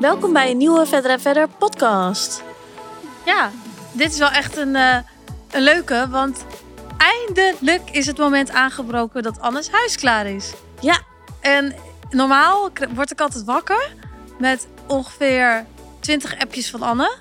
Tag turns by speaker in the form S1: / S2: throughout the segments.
S1: Welkom bij een nieuwe Verder en Verder podcast.
S2: Ja, dit is wel echt een, eh, een leuke, want eindelijk is het moment aangebroken dat Anne's huis klaar is.
S1: Ja.
S2: En normaal k- word ik altijd wakker met ongeveer 20 appjes van Anne.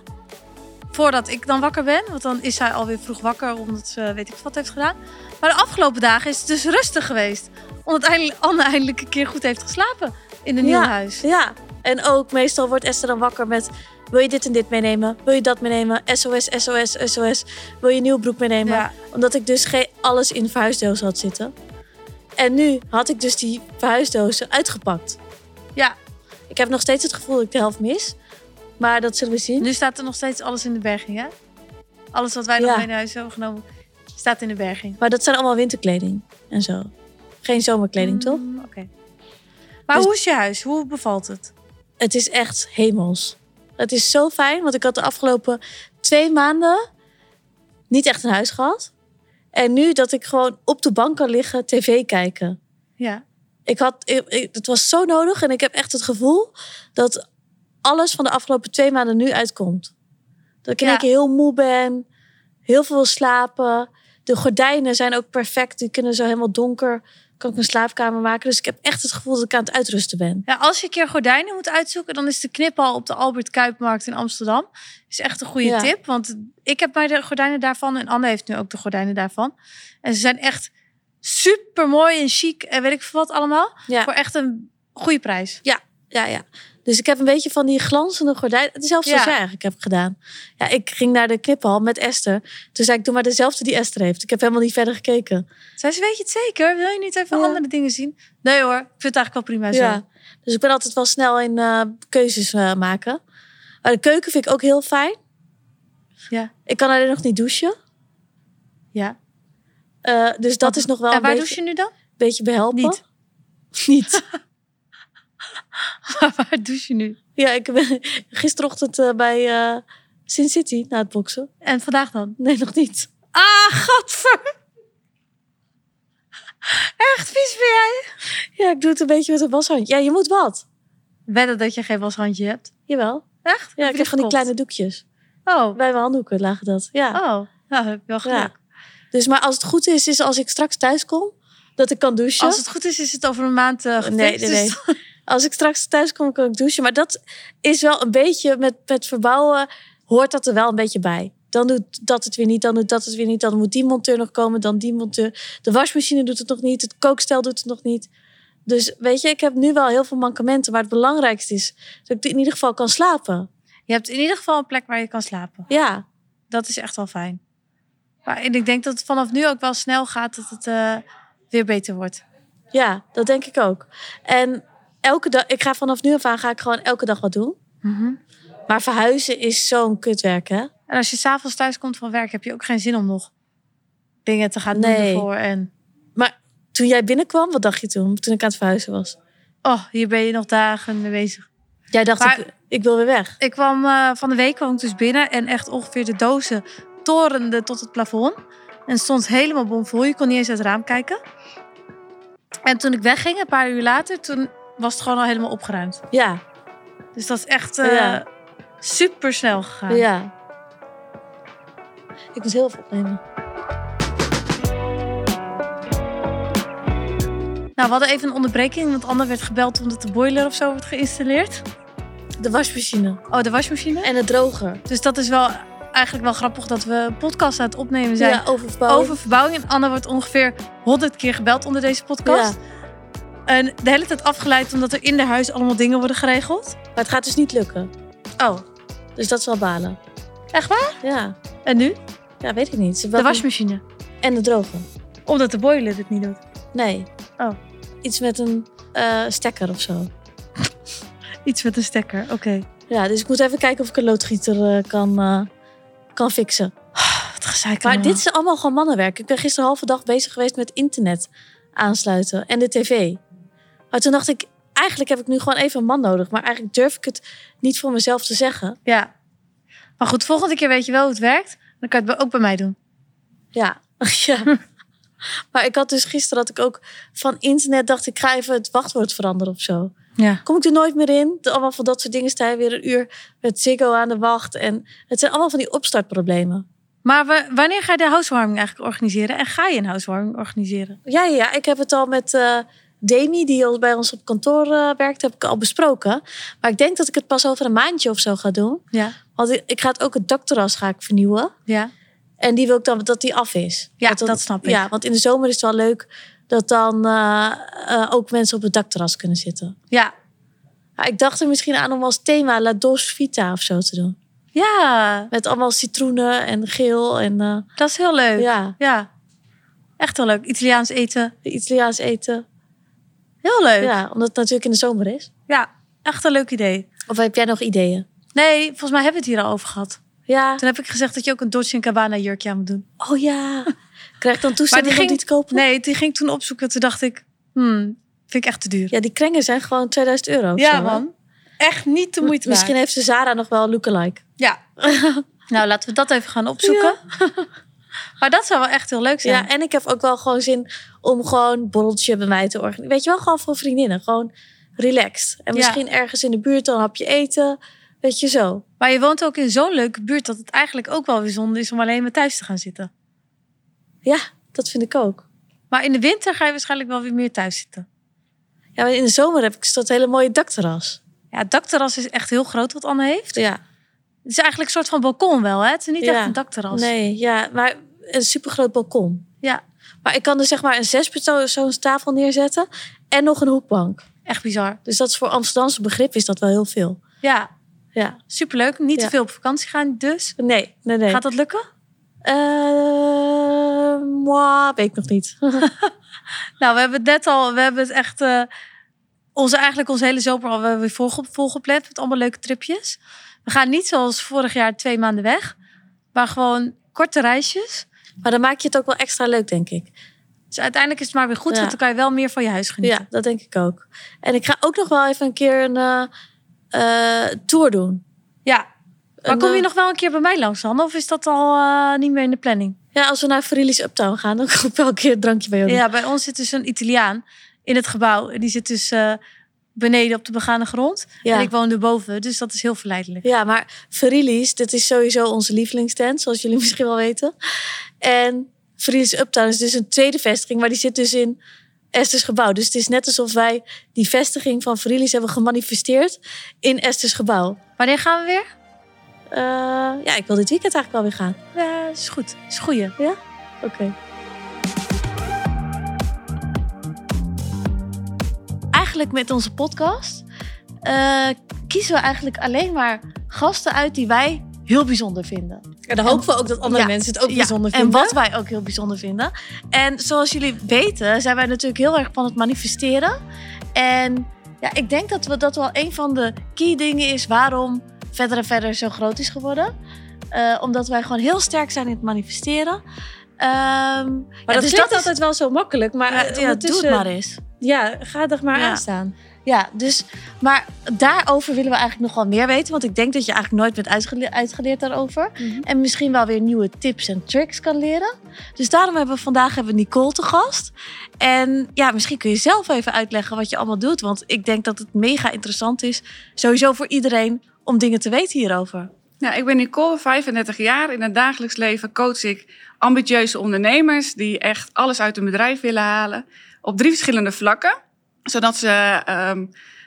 S2: Voordat ik dan wakker ben, want dan is zij alweer vroeg wakker omdat ze weet ik wat heeft gedaan. Maar de afgelopen dagen is het dus rustig geweest. Omdat eindelijk- Anne eindelijk een keer goed heeft geslapen in een nieuw
S1: Ja.
S2: huis.
S1: Ja, en ook meestal wordt Esther dan wakker met... Wil je dit en dit meenemen? Wil je dat meenemen? SOS, SOS, SOS. Wil je een nieuw broek meenemen?
S2: Ja.
S1: Omdat ik dus geen alles in verhuisdozen had zitten. En nu had ik dus die verhuisdozen uitgepakt.
S2: Ja.
S1: Ik heb nog steeds het gevoel dat ik de helft mis. Maar dat zullen we zien.
S2: Nu staat er nog steeds alles in de berging, hè? Alles wat wij
S1: Ja.
S2: nog mee naar huis hebben genomen, staat in de berging.
S1: Maar dat zijn allemaal winterkleding en zo. Geen zomerkleding, toch?
S2: Mm, Oké. Maar
S1: Dus-
S2: hoe is je huis? Hoe bevalt het?
S1: Het is echt hemels. Het is zo fijn, want ik had de afgelopen twee maanden niet echt een huis gehad. En nu dat ik gewoon op de bank kan liggen, tv kijken.
S2: Ja.
S1: Ik had, ik- ik- het was zo nodig en ik heb echt het gevoel dat alles van de afgelopen twee maanden nu uitkomt. Dat ik in
S2: Ja.
S1: één keer heel moe ben, heel veel wil slapen. De gordijnen zijn ook perfect, die kunnen zo helemaal donker. Kan ik een slaapkamer maken. Dus ik heb echt het gevoel dat ik aan het uitrusten ben.
S2: ja. Als je een keer gordijnen moet uitzoeken, dan is de kniphal op de Albert Kuipmarkt in Amsterdam. Is echt een goede
S1: Ja.
S2: tip. Want ik heb mij de gordijnen daarvan en Anne heeft nu ook de gordijnen daarvan. En ze zijn echt super mooi en chic en weet ik veel wat allemaal.
S1: Ja.
S2: Voor echt een goede prijs.
S1: ja, ja. Dus ik heb een beetje van die glanzende gordijn. Hetzelfde als
S2: Ja.
S1: jij eigenlijk hebt gedaan. Ja, ik ging naar de kniphal met Esther. Toen zei ik, doe maar dezelfde die Esther heeft. Ik heb helemaal niet verder gekeken.
S2: Zij ze, weet je het zeker? Wil je niet even
S1: Ja.
S2: andere dingen zien? Nee hoor, ik vind het eigenlijk wel prima zo.
S1: Ja. Dus ik ben altijd wel snel in eh, keuzes eh, maken. Maar de keuken vind ik ook heel fijn.
S2: Ja.
S1: Ik kan alleen nog niet douchen.
S2: ja.
S1: Eh, dus dat is nog wel
S2: en
S1: een
S2: waar
S1: beetje,
S2: douche je nu dan?
S1: beetje behelpen.
S2: Niet.
S1: niet.
S2: waar douche je nu?
S1: Ja, ik ben gisterochtend eh, bij eh, Sin City na het boksen.
S2: En vandaag dan?
S1: Nee, nog niet.
S2: Ah, gadver! Echt vies ben jij?
S1: Ja, ik doe het een beetje met een washandje. Ja, je moet wat.
S2: Wedden dat je geen washandje hebt.
S1: Jawel.
S2: Echt?
S1: Ja, ik
S2: Heb
S1: heb
S2: je
S1: van die
S2: gekocht?
S1: kleine doekjes.
S2: Oh,
S1: Bij mijn handdoeken lagen dat. Ja.
S2: oh. Nou, heb je wel geluk.
S1: Ja. Dus, maar als het goed is, is als ik straks thuis kom, dat ik kan douchen.
S2: Als het goed is, is het over een maand eh gefixt.
S1: nee, nee, nee.
S2: dus-
S1: Als ik straks thuis kom, kan ik douchen. Maar dat is wel een beetje, met, met verbouwen hoort dat er wel een beetje bij. Dan doet dat het weer niet, dan doet dat het weer niet. Dan moet die monteur nog komen, dan die monteur. De wasmachine doet het nog niet, het kookstel doet het nog niet. Dus weet je, ik heb nu wel heel veel mankementen. Maar het belangrijkste is dat ik in ieder geval kan slapen.
S2: Je hebt in ieder geval een plek waar je kan slapen.
S1: Ja,
S2: Dat is echt wel fijn. Maar, en ik denk dat het vanaf nu ook wel snel gaat dat het eh, weer beter wordt.
S1: ja, dat denk ik ook. En elke dag, ik ga vanaf nu af aan ga ik gewoon elke dag wat doen. Maar verhuizen is zo'n kutwerk, hè?
S2: En als je s'avonds thuis komt van werk, heb je ook geen zin om nog dingen te gaan doen
S1: Nee.
S2: ervoor. En
S1: Toen jij binnenkwam, wat dacht je toen? Toen ik aan het verhuizen was.
S2: oh, hier ben je nog dagen mee bezig.
S1: Jij dacht,
S2: Maar-
S1: ik, ik wil weer weg.
S2: Ik kwam eh, van de week kwam ik dus binnen en echt ongeveer de dozen torende tot het plafond. En stond helemaal bomvol. Je kon niet eens uit het raam kijken. En toen ik wegging, een paar uur later, toen was het gewoon al helemaal opgeruimd.
S1: Ja,
S2: Dus dat is echt eh,
S1: Ja.
S2: super snel gegaan.
S1: ja. Ik moest heel veel opnemen.
S2: Nou, we hadden even een onderbreking, want Anne werd gebeld omdat de boiler of zo wordt geïnstalleerd.
S1: De wasmachine
S2: Oh, de wasmachine.
S1: en het droger.
S2: Dus dat is wel eigenlijk wel grappig dat we een podcast aan het opnemen zijn
S1: Ja, overbouw.
S2: over verbouwing. En Anne wordt ongeveer 100 keer gebeld onder deze podcast. En de hele tijd afgeleid omdat er in de huis allemaal dingen worden geregeld.
S1: Maar het gaat dus niet lukken.
S2: Oh,
S1: Dus dat is wel balen.
S2: echt waar?
S1: Ja,
S2: En nu?
S1: ja weet ik niet. Ze
S2: De
S1: wel-
S2: wasmachine.
S1: En de droger.
S2: Omdat de boiler het niet doet.
S1: Nee.
S2: Oh.
S1: Iets met een eh, stekker of zo.
S2: Iets met een stekker, oké.
S1: Ja, dus ik moet even kijken of ik een loodgieter eh, kan, eh, kan fixen.
S2: Oh, Wat gezeik
S1: Maar
S2: allemaal.
S1: dit is allemaal gewoon mannenwerk. Ik ben gisteren halve dag bezig geweest met internet aansluiten en de tv. Maar toen dacht ik, eigenlijk heb ik nu gewoon even een man nodig. Maar eigenlijk durf ik het niet voor mezelf te zeggen.
S2: Ja. Maar goed, volgende keer weet je wel hoe het werkt. Dan kan je het ook bij mij doen.
S1: Ja, ja. Maar ik had dus gisteren dat ik ook van internet dacht, ik ga even het wachtwoord veranderen of zo.
S2: Ja.
S1: Kom ik er nooit meer in? Allemaal van dat soort dingen sta je weer een uur met Ziggo aan de wacht. En het zijn allemaal van die opstartproblemen.
S2: Maar wa- wanneer ga je de housewarming eigenlijk organiseren? En ga je een housewarming organiseren?
S1: Ja, ja, ja, ik heb het al met eh, Demi, die al bij ons op kantoor eh, werkt, heb ik al besproken. Maar ik denk dat ik het pas over een maandje of zo ga doen.
S2: Ja.
S1: Want ik- ik ga het ook het dakterras ga ik vernieuwen.
S2: Ja.
S1: En die wil ik dan dat die af is.
S2: Ja,
S1: dan-
S2: dat snap ik.
S1: Ja, want in de zomer is het wel leuk dat dan eh, eh, ook mensen op het dakterras kunnen zitten.
S2: Ja.
S1: Ja, ik dacht er misschien aan om als thema La Dos Vita of zo te doen.
S2: Ja.
S1: Met allemaal citroenen en geel en eh,
S2: Dat is heel leuk.
S1: ja,
S2: Ja. Echt heel leuk. Italiaans eten.
S1: Italiaans eten.
S2: Heel leuk. Ja.
S1: Ja, omdat het natuurlijk in de zomer is.
S2: Echt een leuk idee.
S1: Of heb jij nog ideeën?
S2: Nee, volgens mij hebben we het hier al over gehad.
S1: Ja.
S2: Toen heb ik gezegd dat je ook een Dolce Gabbana jurkje aan moet doen.
S1: Oh ja. Krijg ik dan toestemming
S2: ging-
S1: om die te kopen?
S2: Nee, die ging ik toen opzoeken. Toen dacht ik, hmm, vind ik echt te duur.
S1: Ja, die krengen zijn gewoon 2000 euro. of zo, hè?
S2: Echt niet de moeite
S1: Misschien
S2: waard.
S1: heeft ze Zara nog wel lookalike.
S2: Ja. nou, laten we dat even gaan opzoeken. maar dat zou wel echt heel leuk zijn.
S1: Ja, en ik heb ook wel gewoon zin om gewoon een borreltje bij mij te organiseren. Weet je wel, gewoon voor vriendinnen. Gewoon relaxed. En
S2: Ja.
S1: misschien ergens in de buurt dan een hapje eten. Weet je zo.
S2: Maar je woont ook in zo'n leuke buurt dat het eigenlijk ook wel weer zonde is om alleen maar thuis te gaan zitten.
S1: Ja, dat vind ik ook.
S2: Maar in de winter ga je waarschijnlijk wel weer meer thuis zitten.
S1: Ja, maar in de zomer heb ik dat hele mooie dakterras.
S2: Ja, het dakterras is echt heel groot wat Anne heeft.
S1: Ja.
S2: Het is eigenlijk een soort van balkon wel, hè? Het is niet
S1: Ja.
S2: echt een dakterras.
S1: Nee, ja, maar een supergroot balkon.
S2: Ja,
S1: Maar ik kan er zeg maar een zespersoons tafel neerzetten en nog een hoekbank.
S2: echt bizar.
S1: Dus dat is voor Amsterdamse begrip is dat wel heel veel.
S2: Ja,
S1: Ja.
S2: superleuk. Niet
S1: Ja.
S2: te veel op vakantie gaan dus.
S1: Nee, nee, nee.
S2: Gaat dat lukken?
S1: Eh, moi, weet ik nog niet.
S2: Nou, we hebben het net al, we hebben het echt, eh, onze, eigenlijk onze hele zomer al we hebben weer volge, volgepland met allemaal leuke tripjes. We gaan niet zoals vorig jaar twee maanden weg, maar gewoon korte reisjes.
S1: Maar dan maak je het ook wel extra leuk, denk ik.
S2: Dus uiteindelijk is het maar weer goed,
S1: Ja.
S2: want dan kan je wel meer van je huis genieten.
S1: Ja, dat denk ik ook. En ik ga ook nog wel even een keer een eh, eh, tour doen.
S2: Ja. Maar
S1: Een,
S2: kom je
S1: eh,
S2: nog wel een keer bij mij langs, Hanne? Of is dat al eh, niet meer in de planning?
S1: Ja, als we naar Frilis Uptown gaan, dan kom ik wel een keer een drankje bij jullie.
S2: Ja, bij ons zit dus een Italiaan in het gebouw. En die zit dus eh, beneden op de begane grond.
S1: Ja.
S2: En ik woon erboven, dus dat is heel verleidelijk.
S1: Ja, maar Verilis, dit is sowieso onze lievelingstent, zoals jullie misschien wel weten. En Verilis Uptown is dus een tweede vestiging, maar die zit dus in Esters gebouw. Dus het is net alsof wij die vestiging van Verilis hebben gemanifesteerd in Esters gebouw.
S2: Wanneer gaan we weer?
S1: Eh, ja, ik wil dit weekend eigenlijk wel weer gaan.
S2: Ja, is goed. Is goeie.
S1: Oké.
S2: Eigenlijk met onze podcast eh, kiezen we eigenlijk alleen maar gasten uit die wij heel bijzonder vinden.
S1: En dan hopen we ook dat andere
S2: Ja.
S1: mensen het ook
S2: Ja.
S1: bijzonder
S2: En
S1: vinden.
S2: wat wij ook heel bijzonder vinden. En zoals jullie weten zijn wij natuurlijk heel erg van het manifesteren. En ja, ik denk dat we, dat wel een van de key dingen is waarom Verder en Verder zo groot is geworden. Eh, omdat wij gewoon heel sterk zijn in het manifesteren. Ehm
S1: Maar
S2: Ja,
S1: dat
S2: dus
S1: is
S2: dat
S1: klinkt
S2: is-
S1: altijd wel zo makkelijk, maar
S2: ja,
S1: eh,
S2: ja, doe het
S1: ondertussen-
S2: maar eens.
S1: Ja, ga er maar
S2: Ja.
S1: aan staan.
S2: Ja, dus, maar daarover willen we eigenlijk nog wel meer weten. Want ik denk dat je eigenlijk nooit bent uitgele- uitgeleerd daarover. En misschien wel weer nieuwe tips en tricks kan leren. Dus daarom hebben we vandaag hebben we Nicole te gast. En ja, misschien kun je zelf even uitleggen wat je allemaal doet. Want ik denk dat het mega interessant is. Sowieso voor iedereen om dingen te weten hierover.
S3: Nou, ik ben Nicole, 35 jaar. In het dagelijks leven coach ik ambitieuze ondernemers die echt alles uit hun bedrijf willen halen op drie verschillende vlakken, zodat ze ehm,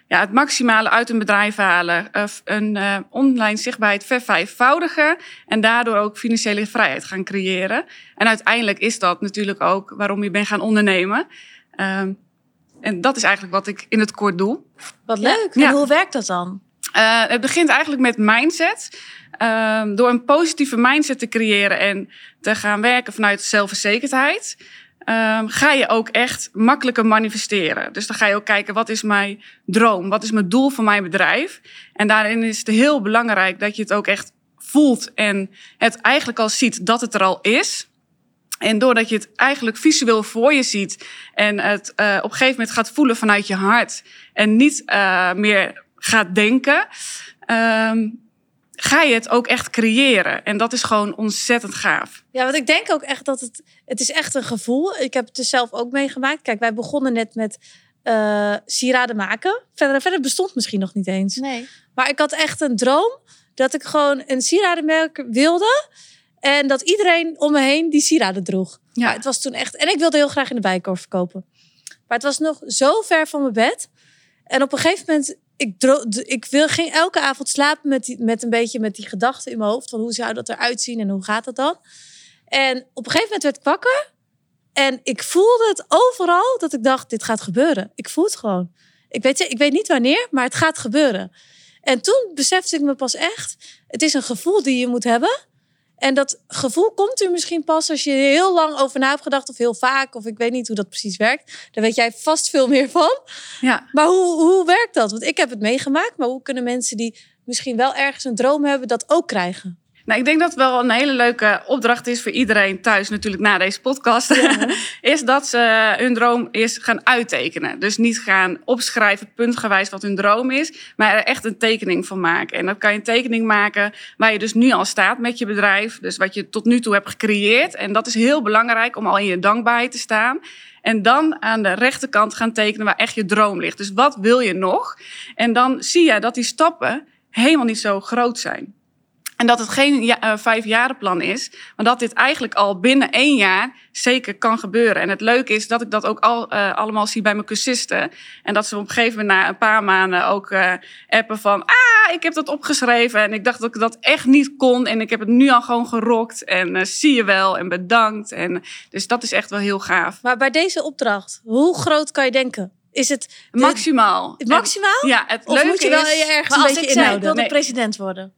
S3: ja, het maximale uit hun bedrijf halen, eh, f- een eh, online zichtbaarheid vervijfvoudigen en daardoor ook financiële vrijheid gaan creëren. En uiteindelijk is dat natuurlijk ook waarom je bent gaan ondernemen. Ehm, en dat is eigenlijk wat ik in het kort doe.
S1: Wat
S2: Ja.
S1: leuk.
S2: En
S3: Ja.
S2: hoe werkt dat dan?
S3: Eh, het begint eigenlijk met mindset. Ehm, door een positieve mindset te creëren en te gaan werken vanuit zelfverzekerdheid, ehm, ga je ook echt makkelijker manifesteren. Dus dan ga je ook kijken, wat is mijn droom? Wat is mijn doel voor mijn bedrijf? En daarin is het heel belangrijk dat je het ook echt voelt en het eigenlijk al ziet dat het er al is. En doordat je het eigenlijk visueel voor je ziet en het eh, op een gegeven moment gaat voelen vanuit je hart en niet eh, meer gaat denken, ehm, ga je het ook echt creëren. En dat is gewoon ontzettend gaaf.
S2: Ja, want ik denk ook echt dat het... Het is echt een gevoel. Ik heb het dus zelf ook meegemaakt. Kijk, wij begonnen net met eh, sieraden maken. Verder, verder bestond misschien nog niet eens.
S1: Nee.
S2: Maar ik had echt een droom dat ik gewoon een sieradenmerk wilde. En dat iedereen om me heen die sieraden droeg.
S3: Ja.
S2: Maar het was toen echt... En ik wilde heel graag in de bijenkorf verkopen. Maar het was nog zo ver van mijn bed. En op een gegeven moment... Ik, dro- d- ik wil, ging elke avond slapen met, die, met een beetje met die gedachte in mijn hoofd. Van hoe zou dat eruit zien en hoe gaat dat dan? En op een gegeven moment werd ik wakker. En ik voelde het overal dat ik dacht, dit gaat gebeuren. Ik voel het gewoon. Ik weet, ik weet niet wanneer, maar het gaat gebeuren. En toen besefte ik me pas echt, het is een gevoel die je moet hebben. En dat gevoel komt er misschien pas als je er heel lang over na hebt gedacht, of heel vaak, of ik weet niet hoe dat precies werkt. Daar weet jij vast veel meer van.
S3: Ja.
S2: Maar hoe, hoe werkt dat? Want ik heb het meegemaakt, maar hoe kunnen mensen die misschien wel ergens een droom hebben, dat ook krijgen?
S3: Nou, ik denk dat het wel een hele leuke opdracht is voor iedereen thuis, natuurlijk na deze podcast. is dat ze hun droom is gaan uittekenen. Dus niet gaan opschrijven puntgewijs wat hun droom is, maar er echt een tekening van maken. En dan kan je een tekening maken waar je dus nu al staat met je bedrijf. Dus wat je tot nu toe hebt gecreëerd. En dat is heel belangrijk om al in je dankbaarheid te staan. En dan aan de rechterkant gaan tekenen waar echt je droom ligt. Dus wat wil je nog? En dan zie je dat die stappen helemaal niet zo groot zijn. En dat het geen ja, eh, vijfjarenplan is, maar dat dit eigenlijk al binnen één jaar zeker kan gebeuren. En het leuke is dat ik dat ook al, eh, allemaal zie bij mijn cursisten. En dat ze op een gegeven moment na een paar maanden ook eh, appen van... Ah, ik heb dat opgeschreven en ik dacht dat ik dat echt niet kon. En ik heb het nu al gewoon gerokt en eh, zie je wel en bedankt. En, dus dat is echt wel heel gaaf.
S2: Maar bij deze opdracht, hoe groot kan je denken? Is het
S3: Maximaal.
S2: maximaal?
S3: En- ja, het
S2: Of
S3: leuke
S2: moet je wel
S3: is...
S2: je ergens
S1: Maar
S2: een
S1: als
S2: beetje
S1: ik zei, ik
S2: inhouden?
S1: wilde
S3: Nee.
S1: president worden.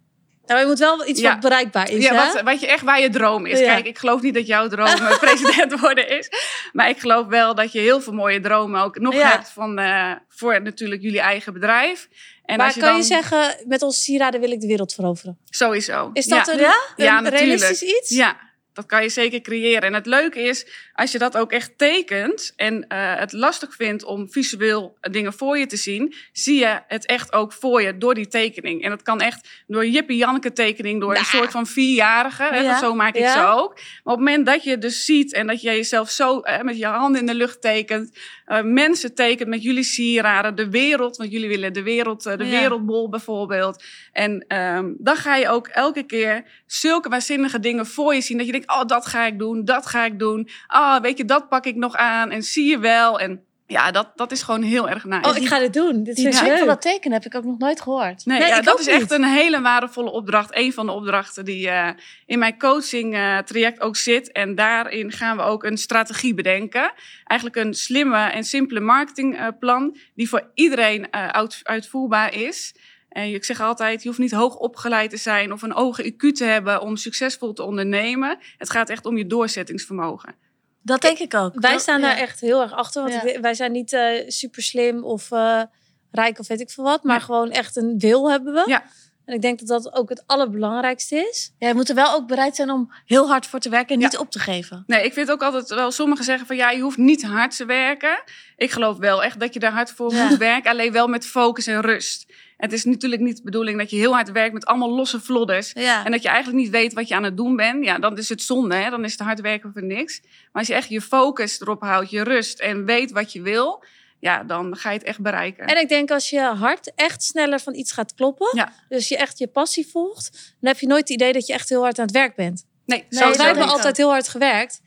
S2: Nou, je moet wel iets
S3: Ja.
S2: wat bereikbaar is.
S3: Ja,
S2: hè?
S3: wat, eh, wat je echt waar je droom is.
S2: Ja.
S3: Kijk, ik geloof niet dat jouw droom eh, president worden is. Maar ik geloof wel dat je heel veel mooie dromen ook nog
S2: Ja.
S3: hebt van, eh, voor natuurlijk jullie eigen bedrijf. En
S2: maar
S3: als je
S2: kan
S3: dan,
S2: je zeggen, met onze sieraden wil ik de wereld veroveren?
S3: Sowieso.
S2: Is dat
S3: ja.
S2: een,
S1: Ja?
S2: een
S3: Ja, natuurlijk.
S2: realistisch iets?
S3: Ja, dat kan je zeker creëren. En het leuke is, als je dat ook echt tekent en eh, het lastig vindt om visueel eh, dingen voor je te zien, zie je het echt ook voor je door die tekening. En dat kan echt door Jippie Janneke tekening, door een soort van vierjarige. Hè,
S1: Ja.
S3: want Zo maak ik
S2: Ja.
S3: ze ook. Maar op het moment dat je het dus ziet en dat jij jezelf zo eh, met je handen in de lucht tekent, eh, mensen tekent met jullie sieraden, de wereld, want jullie willen de wereld, eh, de
S1: Ja.
S3: wereldbol bijvoorbeeld. En ehm, dan ga je ook elke keer zulke waanzinnige dingen voor je zien. Dat je denkt, oh, dat ga ik doen, dat ga ik doen. Ah, weet je, dat pak ik nog aan en zie je wel. En ja, dat, dat is gewoon heel erg nice. Dus
S2: Oh, ik ga dit doen. Dit
S1: Die
S2: is
S1: trick
S2: leuk.
S1: van dat tekenen heb ik ook nog nooit gehoord.
S3: Nee,
S2: Nee,
S3: ja,
S2: ik
S3: dat
S2: ook
S3: is
S2: niet.
S3: echt een hele waardevolle opdracht. Een van de opdrachten die eh, in mijn coaching eh, traject ook zit. En daarin gaan we ook een strategie bedenken. Eigenlijk een slimme en simpele marketingplan die voor iedereen eh, uit- uitvoerbaar is. En ik zeg altijd, je hoeft niet hoog opgeleid te zijn of een hoge IQ te hebben om succesvol te ondernemen. Het gaat echt om je doorzettingsvermogen.
S1: Dat denk ik ook.
S2: Wij
S1: Dat-
S2: staan daar
S1: ja.
S2: echt heel erg achter. Want
S1: Ja.
S2: ik weet- wij zijn niet eh, super slim of eh, rijk of weet ik veel wat. Maar gewoon echt een wil hebben we.
S3: Ja.
S2: En ik denk dat dat ook het allerbelangrijkste is.
S1: Ja, je moet er wel ook bereid zijn om heel hard voor te werken en niet op te geven.
S3: Nee, ik vind ook altijd wel, sommigen zeggen van ja, je hoeft niet hard te werken. Ik geloof wel echt dat je daar hard voor
S1: Ja.
S3: moet werken, alleen wel met focus en rust. Het is natuurlijk niet de bedoeling dat je heel hard werkt met allemaal losse vlodders.
S1: Ja.
S3: En dat je eigenlijk niet weet wat je aan het doen bent. Ja, dan is het zonde, hè? dan is het hard werken voor niks. Maar als je echt je focus erop houdt, je rust en weet wat je wil, ja, dan ga je het echt bereiken.
S2: En ik denk als je hart echt sneller van iets gaat kloppen.
S3: Ja.
S2: Dus je echt je passie volgt. Dan heb je nooit het idee dat je echt heel hard aan het werk bent.
S3: Nee,
S2: Nee,
S3: sowieso
S2: wij hebben
S3: niet.
S2: altijd heel hard gewerkt.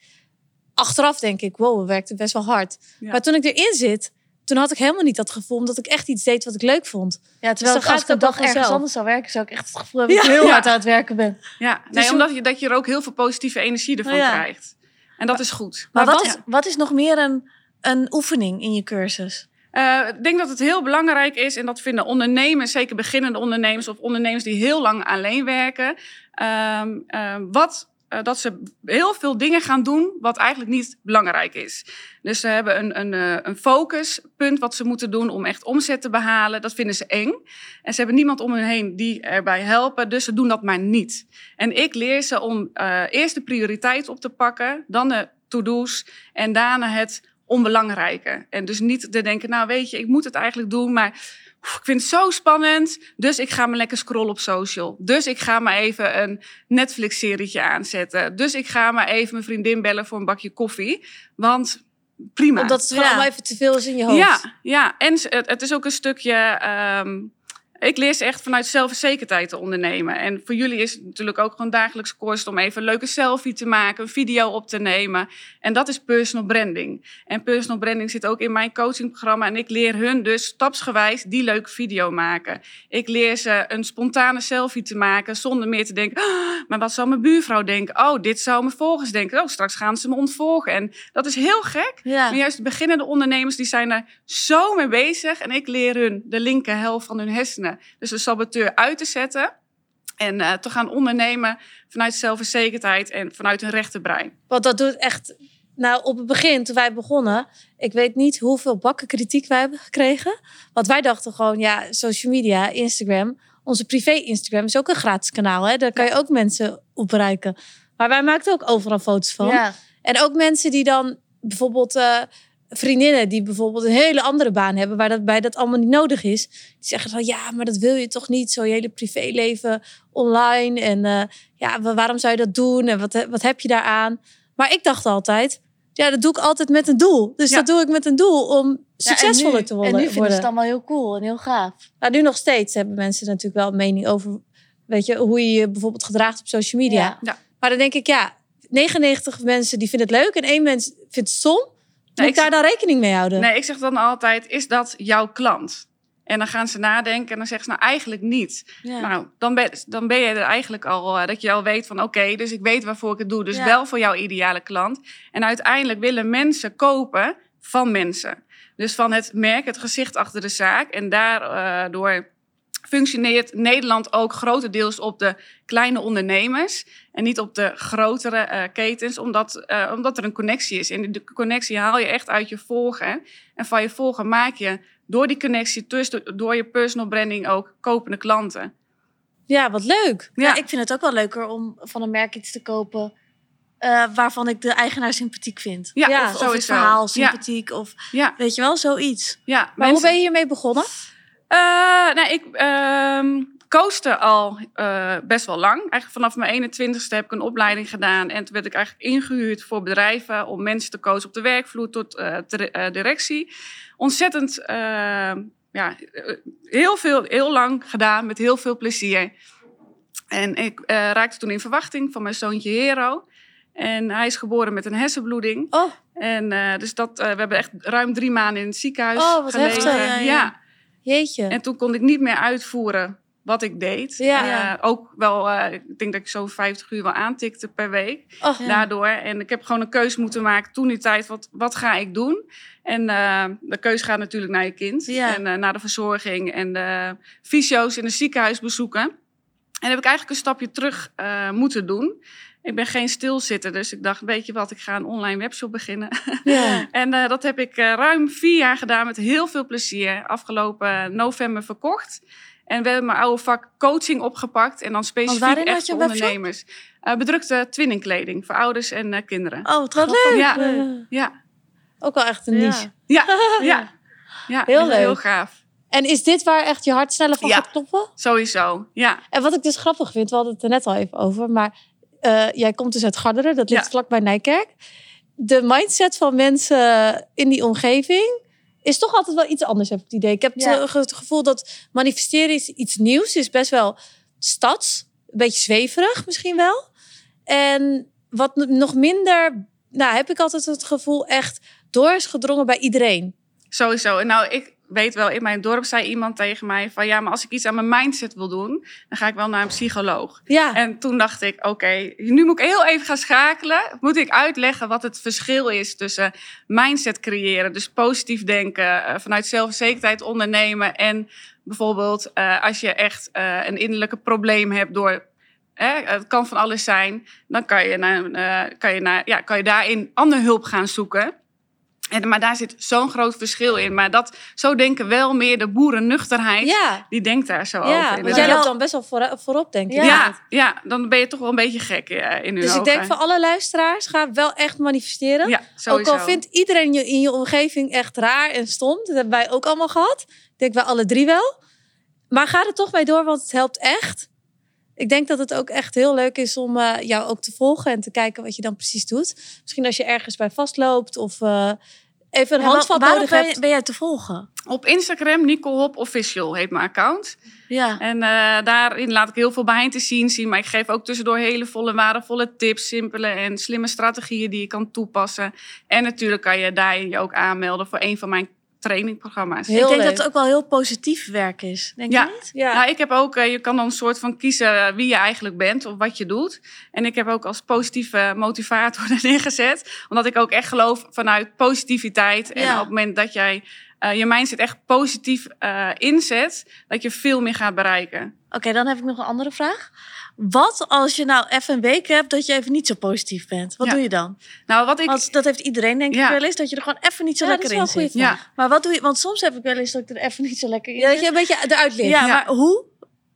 S2: Achteraf denk ik, wow, we werkten best wel hard.
S3: Ja.
S2: Maar toen ik erin zit, toen had ik helemaal niet dat gevoel... omdat ik echt iets deed wat ik leuk vond.
S1: Ja,
S2: Dus dan
S1: terwijl ik
S2: gaat
S1: als
S2: het
S1: ik een
S2: ook
S1: dag
S2: wel
S1: ergens
S2: vanzelf.
S1: anders zou werken, zou ik echt het gevoel hebben dat
S2: Ja.
S1: ik heel
S3: Ja.
S1: hard aan het werken ben. Maar,
S3: Ja, nee,
S2: Dus hoe-
S3: omdat je, dat je er ook heel veel positieve energie ervan
S1: Ja.
S3: krijgt. En dat is goed.
S1: wat,
S2: wat-
S1: is, wat is nog meer een, een oefening in je cursus?
S3: Eh, ik denk dat het heel belangrijk is, en dat vinden ondernemers, zeker beginnende ondernemers of ondernemers die heel lang alleen werken, ehm, ehm, wat, eh, dat ze heel veel dingen gaan doen wat eigenlijk niet belangrijk is. Dus ze hebben een, een, eh, een focuspunt wat ze moeten doen om echt omzet te behalen. Dat vinden ze eng. En ze hebben niemand om hen heen die erbij helpen, dus ze doen dat maar niet. En ik leer ze om eh, eerst de prioriteit op te pakken, dan de to-do's en daarna het onbelangrijke. En dus niet te denken, nou weet je, ik moet het eigenlijk doen, maar "Oeh, ik vind het zo spannend, dus ik ga me lekker scrollen op social. Dus ik ga maar even een Netflix-serietje aanzetten. Dus ik ga maar even mijn vriendin bellen voor een bakje koffie. Want prima.
S1: Omdat het gewoon
S2: Nou, Ja.
S1: allemaal even te veel is in je hoofd.
S3: Ja, ja. en s- het, het is ook een stukje. ehm, ik leer ze echt vanuit zelfverzekerdheid te ondernemen. En voor jullie is het natuurlijk ook gewoon dagelijks kost om even een leuke selfie te maken, een video op te nemen. En dat is personal branding. En personal branding zit ook in mijn coachingprogramma. En ik leer hun dus stapsgewijs die leuke video maken. Ik leer ze een spontane selfie te maken zonder meer te denken. "Ah, maar wat zou mijn buurvrouw denken? Oh, dit zou mijn volgers denken. Oh, straks gaan ze me ontvolgen. En dat is heel gek.
S1: Ja.
S3: Maar juist de beginnende ondernemers die zijn er zo mee bezig. En ik leer hun de linkerhelft van hun hersenen. Dus de saboteur uit te zetten. En eh, te gaan ondernemen vanuit zelfverzekerdheid en vanuit hun rechterbrein.
S1: Want dat doet echt... Nou, op het begin, toen wij begonnen... Ik weet niet hoeveel bakken kritiek wij hebben gekregen. Want wij dachten gewoon, ja, social media, Instagram... Onze privé-Instagram is ook een gratis kanaal. Hè? Daar kan je ook mensen op bereiken. Maar wij maakten ook overal foto's van.
S2: Ja.
S1: En ook mensen die dan bijvoorbeeld eh, vriendinnen die bijvoorbeeld een hele andere baan hebben, waar dat, bij dat allemaal niet nodig is, die zeggen dan ja, maar dat wil je toch niet, zo je hele privéleven online en eh, ja, wa- waarom zou je dat doen en wat, he- wat heb je daaraan? Maar ik dacht altijd, ja, dat doe ik altijd met een doel. Dus
S3: Ja.
S1: dat doe ik met een doel om succesvoller te worden.
S4: En nu vinden ze het
S1: worden.
S4: allemaal heel cool en heel gaaf.
S1: Nou, nu nog steeds hebben mensen natuurlijk wel een mening over, weet je, hoe je je bijvoorbeeld gedraagt op social media.
S4: Ja.
S3: Ja.
S1: Maar dan denk ik, ja, 99 mensen die vinden het leuk en één mens vindt het stom. Moet
S3: Nee,
S1: ik daar dan rekening mee houden?
S3: Nee, ik zeg dan altijd, is dat jouw klant? En dan gaan ze nadenken en dan zeggen ze nou eigenlijk niet.
S1: Ja.
S3: Nou, dan ben, dan ben je er eigenlijk al, eh, dat je al weet van oké, dus ik weet waarvoor ik het doe. Dus
S2: Ja.
S3: wel voor jouw ideale klant. En uiteindelijk willen mensen kopen van mensen. Dus van het merk, het gezicht achter de zaak. En daardoor functioneert Nederland ook grotendeels op de kleine ondernemers. En niet op de grotere eh, ketens, omdat, eh, omdat er een connectie is. En die connectie haal je echt uit je volger. En van je volger maak je door die connectie, dus do- door je personal branding ook kopende klanten.
S1: Ja, wat leuk.
S3: Ja.
S2: Ja. ik vind het ook wel leuker om van een merk iets te kopen eh, waarvan ik de eigenaar sympathiek vind.
S3: Ja,
S1: Ja,
S3: of
S2: of
S3: zo
S2: het
S3: is wel.
S2: verhaal
S3: Ja,
S2: sympathiek. Of
S3: ja,
S2: weet je wel, zoiets. Oh,
S3: ja.
S1: Maar
S3: Mensen-
S1: hoe ben je hiermee begonnen?
S3: Eh, nou, ik ehm coachte al eh, best wel lang. Eigenlijk vanaf mijn 21ste heb ik een opleiding gedaan. En toen werd ik eigenlijk ingehuurd voor bedrijven om mensen te coachen op de werkvloer tot eh, ter- eh, directie. Ontzettend, eh, ja, eh, heel veel, heel lang gedaan met heel veel plezier. En ik eh, raakte toen in verwachting van mijn zoontje Hero. En hij is geboren met een hersenbloeding.
S1: Oh.
S3: En eh, dus dat, eh, we hebben echt ruim drie maanden in het ziekenhuis
S1: Oh, wat
S3: gelegen.
S1: heftig.
S2: Ja, ja.
S3: ja.
S1: Jeetje.
S3: En toen kon ik niet meer uitvoeren wat ik deed.
S1: Ja.
S3: Eh, ook wel, eh, ik denk dat ik zo'n 50 uur wel aantikte per week
S1: Och,
S2: Ja.
S3: daardoor. En ik heb gewoon een keuze moeten maken toen die tijd, wat, wat ga ik doen? En eh, de keuze gaat natuurlijk naar je kind.
S2: Ja.
S3: En eh, naar de verzorging en de fysio's in het ziekenhuis bezoeken. En heb ik eigenlijk een stapje terug eh, moeten doen. Ik ben geen stilzitter, dus ik dacht, weet je wat, ik ga een online webshop beginnen.
S1: ja.
S3: En eh, dat heb ik eh, ruim vier jaar gedaan met heel veel plezier. Afgelopen eh, november verkocht. En we hebben mijn oude vak coaching opgepakt. En dan specifiek
S2: waarin had
S3: echt
S2: je
S3: voor
S2: een webshop?
S3: ondernemers. Eh, bedrukte twinningskleding voor ouders en eh, kinderen.
S2: Oh, wat leuk.
S3: Ja,
S1: Eh,
S3: ja,
S1: Ook wel echt een
S2: Ja.
S1: niche.
S3: ja. ja
S1: Heel
S3: echt Heel
S1: leuk.
S3: gaaf.
S1: En is dit waar echt je hart sneller van
S3: Ja.
S1: gaat kloppen?
S3: Sowieso, ja.
S1: En wat ik dus grappig vind, we hadden het er net al even over, maar eh, jij komt dus uit Garderen, dat ligt
S3: Ja.
S1: vlakbij Nijkerk. De mindset van mensen in die omgeving is toch altijd wel iets anders, heb ik het idee. Ik heb het,
S4: Ja.
S1: eh, ge- het gevoel dat manifesteren is iets nieuws, is best wel stads, een beetje zweverig misschien wel. En wat n- nog minder, nou heb ik altijd het gevoel echt door is gedrongen bij iedereen.
S3: Sowieso. En nou, ik weet wel, in mijn dorp zei iemand tegen mij van... ja, maar als ik iets aan mijn mindset wil doen... dan ga ik wel naar een psycholoog.
S1: Ja,
S3: En toen dacht ik, oké, nu moet ik heel even gaan schakelen. Moet ik uitleggen wat het verschil is tussen mindset creëren, dus positief denken, eh, vanuit zelfverzekerdheid ondernemen en bijvoorbeeld eh, als je echt eh, een innerlijke probleem hebt door, hè, het kan van alles zijn, dan kan je, naar, eh, kan, je naar, ja, kan je daarin andere hulp gaan zoeken. En, maar daar zit zo'n groot verschil in. Maar dat, zo denken wel meer de boerennuchterheid.
S1: Ja,
S3: Die denkt daar
S1: ja
S3: zo over.
S1: want jij loopt
S3: inderdaad.
S1: dan best wel voor, voorop, denk ik.
S3: ja. Ja, dan ben je toch wel een beetje gek eh, in uw
S1: Dus ik
S3: ogen.
S1: denk voor alle luisteraars, ga wel echt manifesteren.
S3: Ja, sowieso.
S1: Ook al vindt iedereen in je, in je omgeving echt raar en stom. Dat hebben wij ook allemaal gehad. Ik denk wij alle drie wel. Maar ga er toch mee door, want het helpt echt. Ik denk dat het ook echt heel leuk is om eh, jou ook te volgen en te kijken wat je dan precies doet. Misschien als je ergens bij vastloopt of eh, even een
S2: Ja, wa-
S1: handvat
S2: waarom
S1: nodig
S2: ben,
S1: hebt.
S2: ben jij te volgen?
S3: Op Instagram, Nicole Hop Official heet mijn account.
S2: Ja.
S3: En eh, daarin laat ik heel veel behind the scenes zien. Maar ik geef ook tussendoor hele volle, waardevolle tips, simpele en slimme strategieën die je kan toepassen. En natuurlijk kan je daarin je ook aanmelden voor een van mijn trainingprogramma's.
S1: Heel
S2: ik denk
S1: leuk.
S2: dat het ook wel heel positief werk is. Denk
S3: Ja.
S2: je niet?
S1: Ja.
S3: Nou, ik heb ook, eh, je kan dan een soort van kiezen wie je eigenlijk bent of wat je doet. En ik heb ook als positieve motivator erin gezet. Omdat ik ook echt geloof vanuit positiviteit. En
S2: Ja.
S3: op het moment dat jij eh, je mindset echt positief eh, inzet, dat je veel meer gaat bereiken.
S2: Oké, dan heb ik nog een andere vraag. Wat als je nou even een week hebt dat je even niet zo positief bent? Wat
S3: Ja.
S2: doe je dan?
S3: Nou, wat ik.
S2: Want dat heeft iedereen denk ik
S3: Ja.
S2: wel eens, dat je er gewoon even niet zo
S1: Ja, dat
S2: lekker
S1: is wel
S2: in
S1: een goede
S2: zit.
S3: ja.
S2: Maar wat doe je? Want soms heb ik wel eens dat ik er even niet zo lekker in
S1: Ja, dat
S2: zit.
S1: je een beetje eruit ligt.
S2: Ja,
S3: Ja.
S2: maar hoe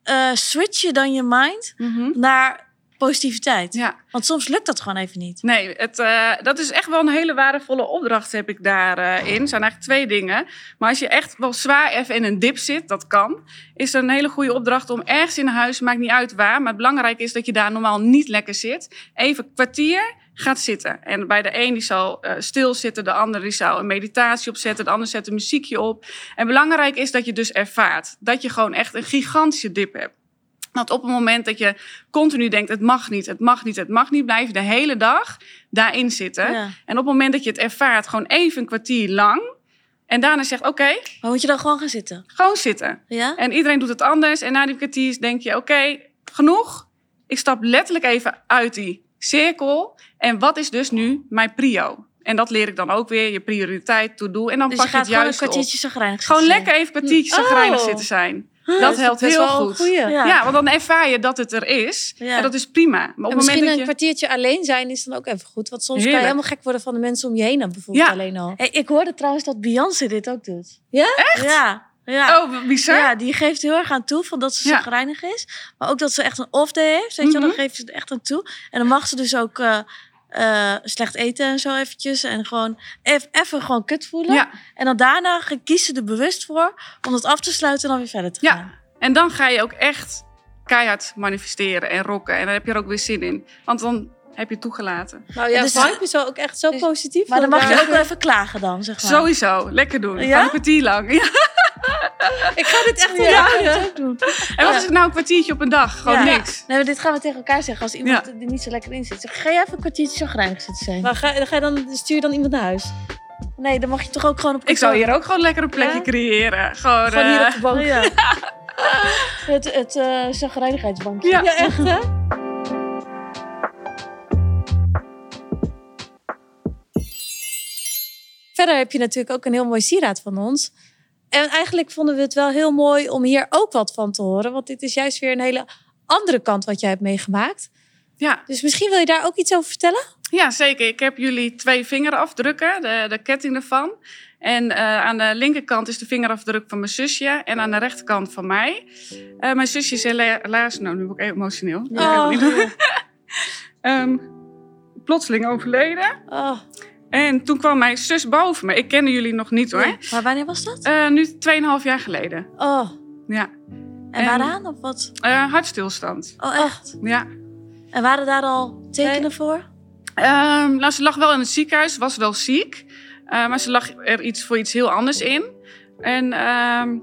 S2: eh, switch je dan je mind
S3: Mhm.
S2: naar positiviteit?
S3: Ja.
S2: Want soms lukt dat gewoon even niet.
S3: Nee, het, eh, dat is echt wel een hele waardevolle opdracht heb ik daarin. in. Het zijn eigenlijk twee dingen. Maar als je echt wel zwaar even in een dip zit, dat kan, is er een hele goede opdracht om ergens in huis, maakt niet uit waar, maar belangrijk is dat je daar normaal niet lekker zit, even een kwartier gaat zitten. En bij de een die zal eh, stilzitten, de ander die zal een meditatie opzetten, de ander zet een muziekje op. En belangrijk is dat je dus ervaart dat je gewoon echt een gigantische dip hebt. Dat op het moment dat je continu denkt, het mag niet, het mag niet, het mag niet, blijf je de hele dag daarin zitten.
S2: Ja.
S3: En op het moment dat je het ervaart, gewoon even een kwartier lang. En daarna zegt, oké,
S2: Maar moet je dan gewoon gaan zitten?
S3: gewoon zitten.
S2: Ja?
S3: En iedereen doet het anders. En na die kwartier denk je, oké, genoeg. Ik stap letterlijk even uit die cirkel. En wat is dus nu mijn prio? En dat leer ik dan ook weer, je prioriteit, to-do. En dan
S2: Dus je
S3: pak je
S2: gaat
S3: het
S2: gewoon een
S3: juist op.
S2: kwartiertje zagrijnig
S3: Gewoon
S2: zitten. Hmm. Ah,
S3: lekker even een kwartiertje zagrijnig
S1: Oh.
S3: zitten zijn. Dat helpt
S1: best
S3: heel
S1: wel een
S3: goed.
S1: goeie.
S2: Ja.
S3: Ja. want dan ervaar je dat het er is.
S2: Ja.
S3: En dat is prima. Maar
S1: En
S3: op het moment
S1: misschien
S3: dat
S1: een
S3: je...
S1: kwartiertje alleen zijn is dan ook even goed. Want soms kan je
S3: Heerlijk.
S1: helemaal gek worden van de mensen om je heen. dan Bijvoorbeeld
S3: Ja.
S1: alleen al.
S2: Hey, ik hoorde trouwens dat Beyoncé dit ook doet.
S1: Ja?
S2: Echt? Ja. ja.
S3: Oh, bizar.
S2: Ja, die geeft heel erg aan toe van dat ze
S3: Ja.
S2: chagrijnig is. Maar ook dat ze echt een off-day heeft. Weet je, wel, dan
S3: Mhm.
S2: geeft ze het echt aan toe. En dan mag ze dus ook eh, eh, slecht eten en zo eventjes. En gewoon eff- even gewoon kut voelen.
S3: Ja.
S2: En dan daarna ge- kiest ze er bewust voor om dat af te sluiten en dan weer verder te
S3: Ja.
S2: gaan.
S3: En dan ga je ook echt keihard manifesteren en rocken. En dan heb je er ook weer zin in. Want dan heb je het toegelaten.
S1: Nou ja,
S2: Dus-
S1: vibe is wel ook echt zo
S2: Dus-
S1: positief.
S2: Maar dan
S1: dat
S2: mag je
S1: daar-
S2: ook wel even klagen dan, zeg maar.
S3: Sowieso, lekker doen.
S2: Ja?
S3: Gewoon Een kwartier lang. Ja.
S1: Ik ga dit echt
S2: Ja,
S1: onthouden.
S2: dat ook doen.
S3: En wat is het nou een kwartiertje op een dag? Gewoon
S2: Ja.
S3: niks.
S2: Nee, maar dit gaan we tegen elkaar zeggen als iemand er niet zo lekker in zit. Zeg, ga jij even een kwartiertje chagrijnig zitten zijn?
S1: Maar ga, ga je dan, stuur je dan iemand naar huis?
S2: nee, dan mag je toch ook gewoon op
S3: Ik zou
S2: kantoor-
S3: hier ook gewoon lekker een plekje
S2: Ja?
S3: creëren. Gewoon,
S1: Gewoon hier
S3: eh,
S1: op de bank.
S2: Ja. het het eh chagrijnigheidsbankje.
S3: Ja.
S1: Ja, echt hè? Verder heb je natuurlijk ook een heel mooi sieraad van ons. En eigenlijk vonden we het wel heel mooi om hier ook wat van te horen. Want dit is juist weer een hele andere kant wat jij hebt meegemaakt.
S3: ja.
S1: Dus misschien wil je daar ook iets over vertellen?
S3: Ja, zeker. Ik heb jullie twee vingerafdrukken, de, de ketting ervan. En eh, aan de linkerkant is de vingerafdruk van mijn zusje en aan de rechterkant van mij. Eh, mijn zusje is hela- helaas, nou nu word ik emotioneel. Dat kan ik
S1: Oh.
S3: niet doen. Ehm, plotseling overleden.
S1: Oh,
S3: En toen kwam mijn zus boven me. Ik kende jullie nog niet hoor.
S2: Maar wanneer was dat?
S3: Eh nu 2,5 jaar geleden.
S1: oh.
S3: Ja.
S2: En,
S3: En-
S2: waaraan of wat?
S3: Eh, hartstilstand.
S2: Oh, echt?
S3: Ja.
S1: oh.
S2: En waren daar al tekenen voor?
S3: Ehm, nou, ze lag wel in het ziekenhuis, was wel ziek. Eh, maar ze lag er iets voor iets heel anders in. En ehm,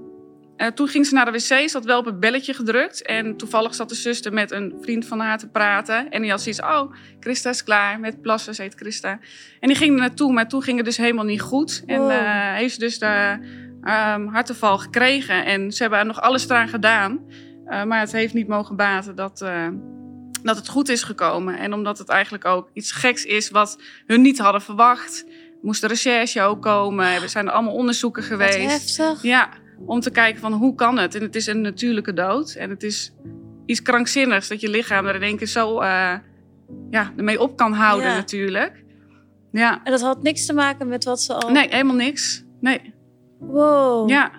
S3: eh, toen ging ze naar de wc, ze had wel op het belletje gedrukt. En toevallig zat de zuster met een vriend van haar te praten. En die had zoiets, oh, Christa is klaar met plassen, ze heet Christa. En die ging er naartoe, maar toen ging het dus helemaal niet goed. En
S1: Wow.
S3: eh, heeft ze dus de ehm harteval gekregen. En ze hebben er nog alles eraan gedaan. Eh, maar het heeft niet mogen baten dat, eh, dat het goed is gekomen. En omdat het eigenlijk ook iets geks is wat hun niet hadden verwacht... moest de recherche ook komen. Er zijn er allemaal onderzoeken
S1: Wat
S3: geweest.
S1: heftig.
S3: Ja, om te kijken van hoe kan het? En het is een natuurlijke dood. En het is iets krankzinnigs dat je lichaam er in één keer zo eh ja, ermee op kan houden
S2: Ja.
S3: natuurlijk. Ja.
S1: En dat had niks te maken met wat ze al...
S3: Nee, helemaal niks. Nee.
S1: Wow.
S3: Ja.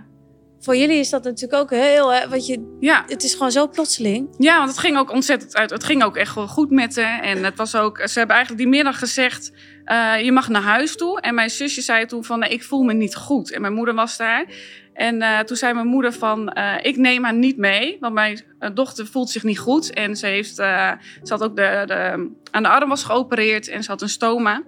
S1: Voor jullie is dat natuurlijk ook heel... Hè, want je,
S3: Ja.
S1: het is gewoon zo plotseling.
S3: ja, want het ging ook ontzettend uit. Het ging ook echt wel goed met haar. En het was ook, ze hebben eigenlijk die middag gezegd, eh, je mag naar huis toe. En mijn zusje zei toen van, nee, ik voel me niet goed. En mijn moeder was daar. En eh, toen zei mijn moeder van, eh, ik neem haar niet mee. Want mijn eh, dochter voelt zich niet goed. En ze, heeft, eh, ze had ook de, de, aan de arm was geopereerd en ze had een stoma.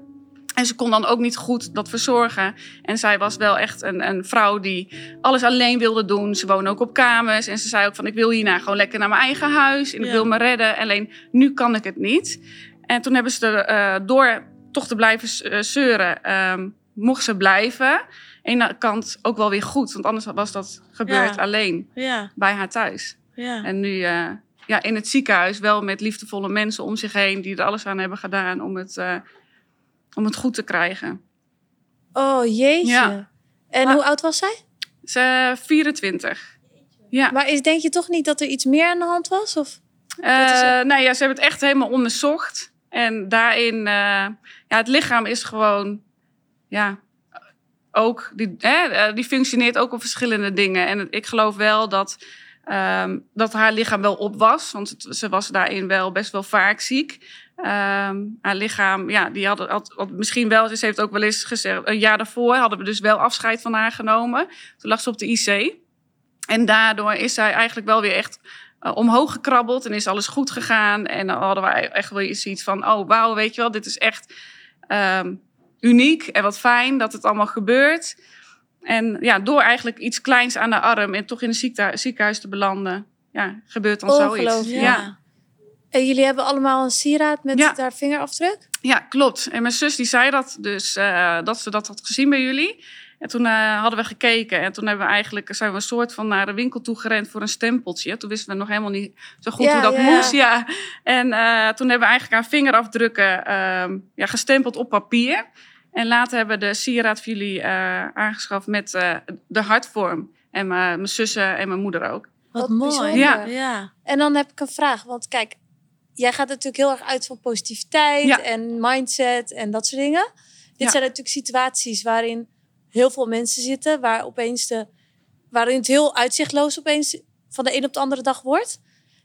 S3: En ze kon dan ook niet goed dat verzorgen. En zij was wel echt een, een vrouw die alles alleen wilde doen. Ze woonde ook op kamers. En ze zei ook van, ik wil hierna gewoon lekker naar mijn eigen huis. En ik
S1: Ja.
S3: wil me redden. Alleen nu kan ik het niet. En toen hebben ze er eh, door toch te blijven s- eh, zeuren... ehm, mocht ze blijven. Ene kant ook wel weer goed. Want anders was dat gebeurd
S1: Ja.
S3: alleen
S1: Ja,
S3: bij haar thuis.
S1: ja.
S3: En nu eh, ja, in het ziekenhuis wel met liefdevolle mensen om zich heen... die er alles aan hebben gedaan om het, eh, om het goed te krijgen.
S1: Oh, jeetje.
S3: Ja.
S1: En
S3: Maar-
S1: hoe oud was zij?
S3: Ze eh, 24. Ja.
S1: Maar is, denk je toch niet dat er iets meer aan de hand was? Of?
S3: Eh,
S1: is
S3: nou ja, ze hebben het echt helemaal onderzocht. En daarin, eh, ja, het lichaam is gewoon, ja, ook, die, hè, eh, die functioneert ook op verschillende dingen. En ik geloof wel dat, ehm, dat haar lichaam wel op was, want het- ze was daarin wel best wel vaak ziek. Ehm, haar lichaam, ja, die had, had, had misschien wel, ze heeft ook wel eens gezegd, een jaar daarvoor hadden we dus wel afscheid van haar genomen. Toen lag ze op de IC. En daardoor is zij eigenlijk wel weer echt eh, omhoog gekrabbeld en is alles goed gegaan. En dan hadden wij echt wel eens iets van, oh wauw, weet je wel, dit is echt ehm, uniek en wat fijn dat het allemaal gebeurt. En ja, door eigenlijk iets kleins aan de arm en toch in een ziekte- ziekenhuis te belanden, ja, gebeurt dan zoiets.
S1: Ongelooflijk. En jullie hebben allemaal een sieraad met
S3: Ja.
S1: haar vingerafdruk?
S3: Ja, klopt. En mijn zus die zei dat dus, eh, dat ze dat had gezien bij jullie. En toen eh, hadden we gekeken en toen hebben we eigenlijk, zijn we een soort van naar de winkel toe gerend voor een stempeltje. Toen wisten we nog helemaal niet zo goed
S1: Ja,
S3: hoe dat
S1: ja, ja.
S3: moest. Ja. En eh, toen hebben we eigenlijk aan vingerafdrukken ehm, ja, gestempeld op papier. En later hebben we de sieraad voor jullie eh, aangeschaft met eh, de hartvorm. En eh, mijn mijn zussen en mijn moeder ook.
S1: Wat
S2: mooi.
S3: Ja.
S2: ja.
S1: En dan heb ik een vraag. Want kijk, jij gaat natuurlijk heel erg uit van positiviteit
S3: Ja.
S1: en mindset en dat soort dingen. Dit
S3: Ja.
S1: zijn natuurlijk situaties waarin heel veel mensen zitten, waar opeens de, waarin het heel uitzichtloos opeens van de een op de andere dag wordt.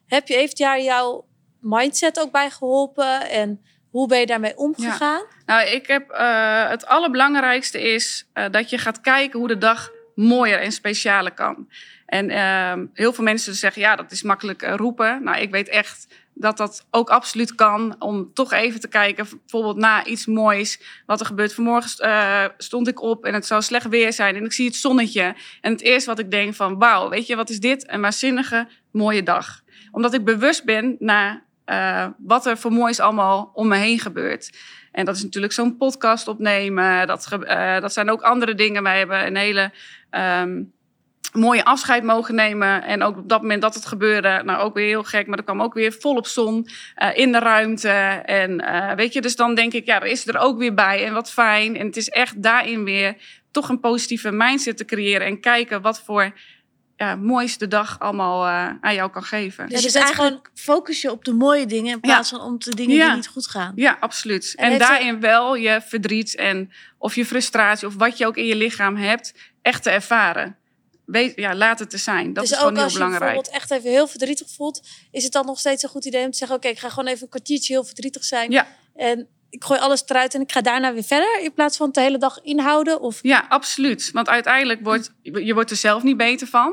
S1: Heb je, heeft daar jouw mindset ook bij geholpen? En hoe ben je daarmee omgegaan?
S3: Nou, ik heb eh, het allerbelangrijkste is eh, dat je gaat kijken hoe de dag mooier en specialer kan. En ehm, heel veel mensen zeggen, ja, dat is makkelijk eh, roepen. Nou, ik weet echt dat dat ook absoluut kan. Om toch even te kijken, bijvoorbeeld na iets moois, wat er gebeurt. Vanmorgen eh, stond ik op en het zou slecht weer zijn. En ik zie het zonnetje. En het eerste wat ik denk van, wauw, weet je, wat is dit? Een waanzinnige, mooie dag. Omdat ik bewust ben naar eh, wat er voor moois allemaal om me heen gebeurt. En dat is natuurlijk zo'n podcast opnemen. Dat, ge- eh, dat zijn ook andere dingen. Wij hebben een hele ehm, mooie afscheid mogen nemen. En ook op dat moment dat het gebeurde, nou ook weer heel gek. Maar er kwam ook weer volop zon eh, in de ruimte. En eh, weet je, dus dan denk ik, ja, er is er ook weer bij. En wat fijn. En het is echt daarin weer toch een positieve mindset te creëren. En kijken wat voor ja, moois de dag allemaal eh, aan jou kan geven.
S1: Dus,
S2: dus
S1: je bent
S2: eigenlijk-
S1: gewoon focus je op de mooie dingen in plaats van om de dingen
S3: Ja.
S1: die niet goed gaan.
S3: Ja, absoluut.
S1: En
S3: En,
S1: heeft
S3: daarin wel je verdriet en of je frustratie of wat je ook in je lichaam hebt, echt te ervaren. Weet, ja, laat het te zijn. Dat
S1: dus
S3: is gewoon
S1: ook
S3: heel
S1: als je
S3: belangrijk.
S1: bijvoorbeeld echt even heel verdrietig voelt, is het dan nog steeds een goed idee om te zeggen: Oké, ik ga gewoon even een kwartiertje heel verdrietig zijn.
S3: Ja.
S1: En ik gooi alles eruit en ik ga daarna weer verder. In plaats van het de hele dag inhouden. Of
S3: Ja, absoluut. Want uiteindelijk wordt je wordt er zelf niet beter van.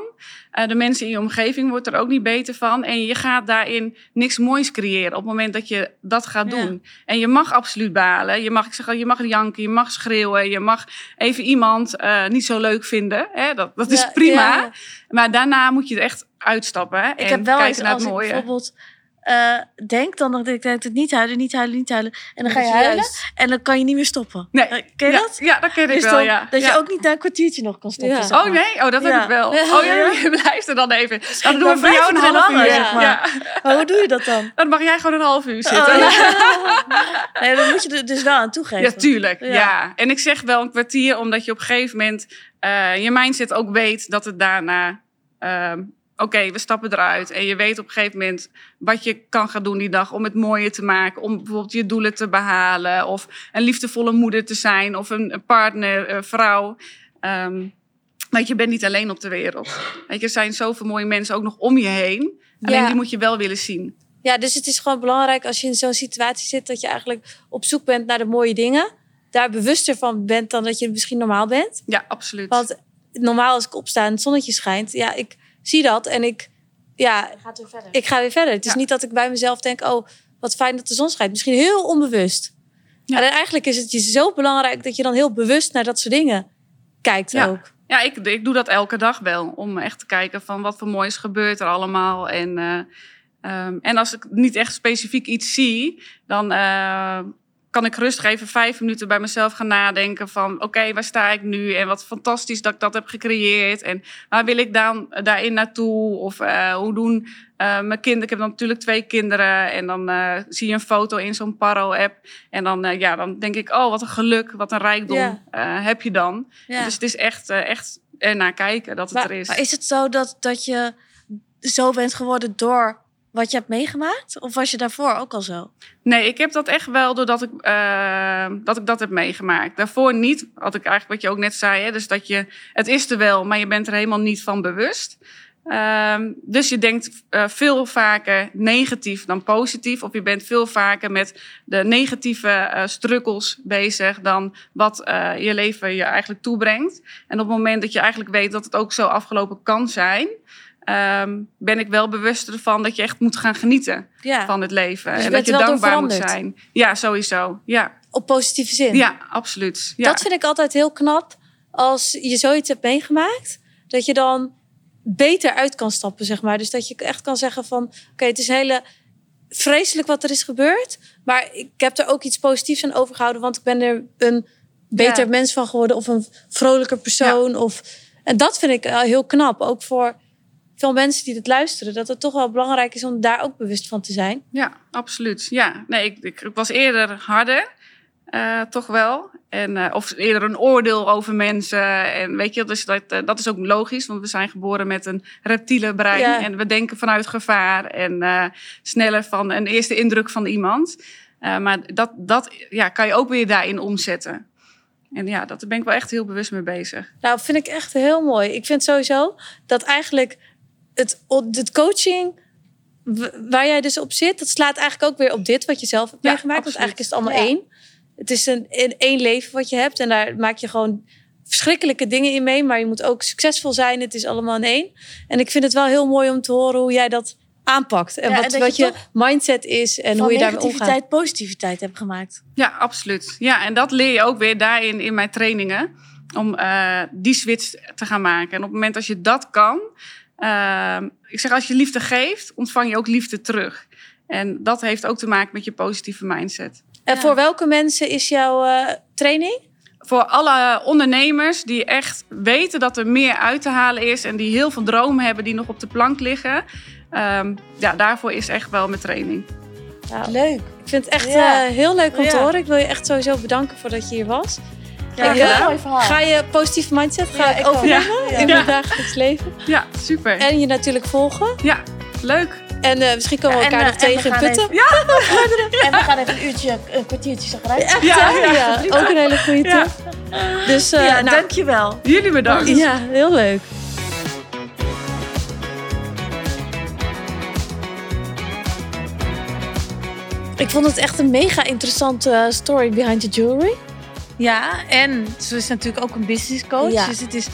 S3: Eh, de mensen in je omgeving wordt er ook niet beter van. En je gaat daarin niks moois creëren op het moment dat je dat gaat
S2: Ja.
S3: doen. En je mag absoluut balen. Je mag, ik zeg, al, je mag janken, je mag schreeuwen, je mag even iemand eh, niet zo leuk vinden. Hè? Dat, dat is
S1: Ja,
S3: prima.
S1: ja, ja.
S3: Maar daarna moet je er echt uitstappen. Hè?
S1: Ik
S3: en
S1: heb wel
S3: kijken
S1: eens
S3: naar
S1: als
S3: het
S1: ik
S3: mooie.
S1: bijvoorbeeld eh, denk, dan denk ik denk ik, niet huilen, niet huilen, niet huilen. En dan ga je
S2: Dus
S1: huilen
S2: juist.
S1: en dan kan je niet meer stoppen.
S3: Nee.
S1: Eh, Ken je
S3: ja,
S1: dat?
S3: Ja, dat ken ik
S1: Dus
S3: wel,
S1: dan-
S3: ja.
S1: Dat
S3: Ja.
S1: je ook niet na een kwartiertje nog kan stoppen.
S2: Ja.
S1: zeg
S3: Oh
S1: maar.
S3: nee, oh, dat
S1: Ja. Dus
S3: heb ik wel. Oh ja, je blijft er dan even. Dan doen we
S1: dan
S3: voor jou een
S1: blijf je er
S3: half
S1: dan
S3: uur.
S1: langer, zeg maar.
S3: Ja.
S1: Maar hoe doe je dat dan?
S3: Dan mag jij gewoon een half uur zitten.
S1: Oh, ja. nee, dan moet je er dus wel aan toegeven.
S3: Ja, tuurlijk.
S1: Ja.
S3: Ja. En ik zeg wel een kwartier, omdat je op een gegeven moment eh, je mindset ook weet dat het daarna ehm, oké, we stappen eruit. En je weet op een gegeven moment wat je kan gaan doen die dag om het mooier te maken. Om bijvoorbeeld je doelen te behalen. Of een liefdevolle moeder te zijn. Of een, een partner, eh, vrouw. Ehm want je bent niet alleen op de wereld. Weet je, er zijn zoveel mooie mensen ook nog om je heen. Alleen
S1: Ja.
S3: die moet je wel willen zien.
S1: Ja, dus het is gewoon belangrijk als je in zo'n situatie zit dat je eigenlijk op zoek bent naar de mooie dingen. Daar bewuster van bent dan dat je misschien normaal bent.
S3: Ja, absoluut.
S1: Want normaal als ik opsta en het zonnetje schijnt, ja, ik zie dat en ik, ja,
S2: Gaat er verder.
S1: ik ga weer verder. Het is
S3: Ja.
S1: niet dat ik bij mezelf denk, oh, wat fijn dat de zon schijnt. Misschien heel onbewust.
S3: Ja.
S1: En eigenlijk is het je zo belangrijk dat je dan heel bewust naar dat soort dingen kijkt
S3: Ja.
S1: ook.
S3: Ja, ik, ik doe dat elke dag wel. Om echt te kijken van wat voor moois gebeurt er allemaal. En, eh, ehm, en als ik niet echt specifiek iets zie, dan eh, kan ik rustig even vijf minuten bij mezelf gaan nadenken van... oké, waar sta ik nu? En wat fantastisch dat ik dat heb gecreëerd. En waar wil ik dan, eh, daarin naartoe? Of eh, hoe doen eh, mijn kinderen... Ik heb dan natuurlijk twee kinderen. En dan eh, zie je een foto in zo'n Paro-app. En dan, eh, ja, dan denk ik, oh, wat een geluk, wat een rijkdom
S1: Ja.
S3: eh, heb je dan.
S2: Ja.
S3: Dus het is echt, eh, echt ernaar kijken dat het
S1: Maar
S3: er is.
S1: maar is het zo dat, dat je zo bent geworden door wat je hebt meegemaakt? Of was je daarvoor ook al zo?
S3: Nee, ik heb dat echt wel doordat ik, eh, dat ik dat heb meegemaakt. Daarvoor niet, had ik eigenlijk wat je ook net zei. Hè, dus dat je, het is er wel, maar je bent er helemaal niet van bewust. Ehm, dus je denkt eh, veel vaker negatief dan positief. Of je bent veel vaker met de negatieve eh strukkels bezig dan wat eh, je leven je eigenlijk toebrengt. En op het moment dat je eigenlijk weet dat het ook zo afgelopen kan zijn, ehm, ben ik wel bewuster ervan dat je echt moet gaan genieten
S1: Ja,
S3: van het leven.
S1: Dus je
S3: en
S1: bent
S3: dat je
S1: er wel door
S3: dankbaar moet
S1: veranderd.
S3: zijn. Ja, sowieso. Ja,
S1: op positieve zin.
S3: ja absoluut. Ja.
S1: Dat vind ik altijd heel knap als je zoiets hebt meegemaakt. Dat je dan beter uit kan stappen, zeg maar. Dus dat je echt kan zeggen van... Oké, het is hele vreselijk wat er is gebeurd. Maar ik heb er ook iets positiefs aan overgehouden. Want ik ben er een beter
S2: Ja.
S1: mens van geworden. Of een vrolijker persoon. Of, en dat vind ik eh, heel knap. Ook voor veel mensen die dit luisteren. Dat het toch wel belangrijk is om daar ook bewust van te zijn.
S3: ja, absoluut. Ja, nee, ik, ik, ik was eerder harder. eh, toch wel. En, eh, of eerder een oordeel over mensen. En weet je, dus dat, eh, dat is ook logisch, want we zijn geboren met een reptiele brein.
S1: Ja.
S3: En we denken vanuit gevaar en eh, sneller van een eerste indruk van iemand. Eh, maar dat, dat ja, kan je ook weer daarin omzetten. En ja, daar ben ik wel echt heel bewust mee bezig.
S1: Nou, vind ik echt heel mooi. Ik vind sowieso dat eigenlijk het, het coaching w- waar jij dus op zit, dat slaat eigenlijk ook weer op dit wat je zelf hebt
S3: Ja,
S1: meegemaakt. Want
S3: absoluut.
S1: eigenlijk is het allemaal
S2: Ja.
S1: één. Het is een, een één leven wat je hebt en daar maak je gewoon verschrikkelijke dingen in mee, maar je moet ook succesvol zijn. Het is allemaal in één. En ik vind het wel heel mooi om te horen hoe jij dat aanpakt en
S2: Ja, en
S1: wat,
S2: dat
S1: wat
S2: je
S1: je, mindset is en
S2: Van
S1: hoe je daarmee omgaat.
S2: negativiteit positiviteit heb gemaakt.
S3: Ja, absoluut. Ja, en dat leer je ook weer daarin in mijn trainingen. Om eh, die switch te gaan maken. En op het moment dat je dat kan. eh, ik zeg, als je liefde geeft, ontvang je ook liefde terug. En dat heeft ook te maken met je positieve mindset.
S1: En
S2: Ja.
S1: voor welke mensen is jouw eh, training?
S3: Voor alle ondernemers die echt weten dat er meer uit te halen is. En die heel veel dromen hebben die nog op de plank liggen. ehm, ja, daarvoor is echt wel mijn training.
S1: Nou,
S2: Leuk.
S1: Ik vind het echt
S2: Ja.
S1: eh, heel leuk om te
S2: Ja.
S1: horen. Ik wil je echt sowieso bedanken voor dat je hier was.
S2: Ja,
S1: Ik, eh,
S2: heel mooi verhaal.
S1: Ga je positief mindset ga
S2: Ja,
S1: ik
S2: ik ook.
S1: overnemen
S2: Ja.
S1: in
S3: Ja.
S1: het dagelijks leven.
S3: Ja, super.
S1: En je natuurlijk volgen.
S3: Ja, leuk.
S1: En eh, misschien komen we
S2: Ja, en,
S1: elkaar
S2: eh,
S1: nog
S2: en we
S1: tegen in
S2: gaan
S1: putten.
S2: En we gaan even een uurtje, een kwartiertje zagrijnig.
S1: Echt,
S3: Ja,
S1: hè?
S3: ja.
S1: Ja, ook een hele goede
S3: Ja.
S1: tip. Dus eh,
S2: ja,
S1: nou,
S2: dankjewel.
S3: Jullie bedankt.
S1: ja, heel leuk. Ik vond het echt een mega interessante eh, story behind the jewelry.
S2: Ja, en ze is natuurlijk ook een business coach.
S1: Ja.
S2: Dus het is
S1: Een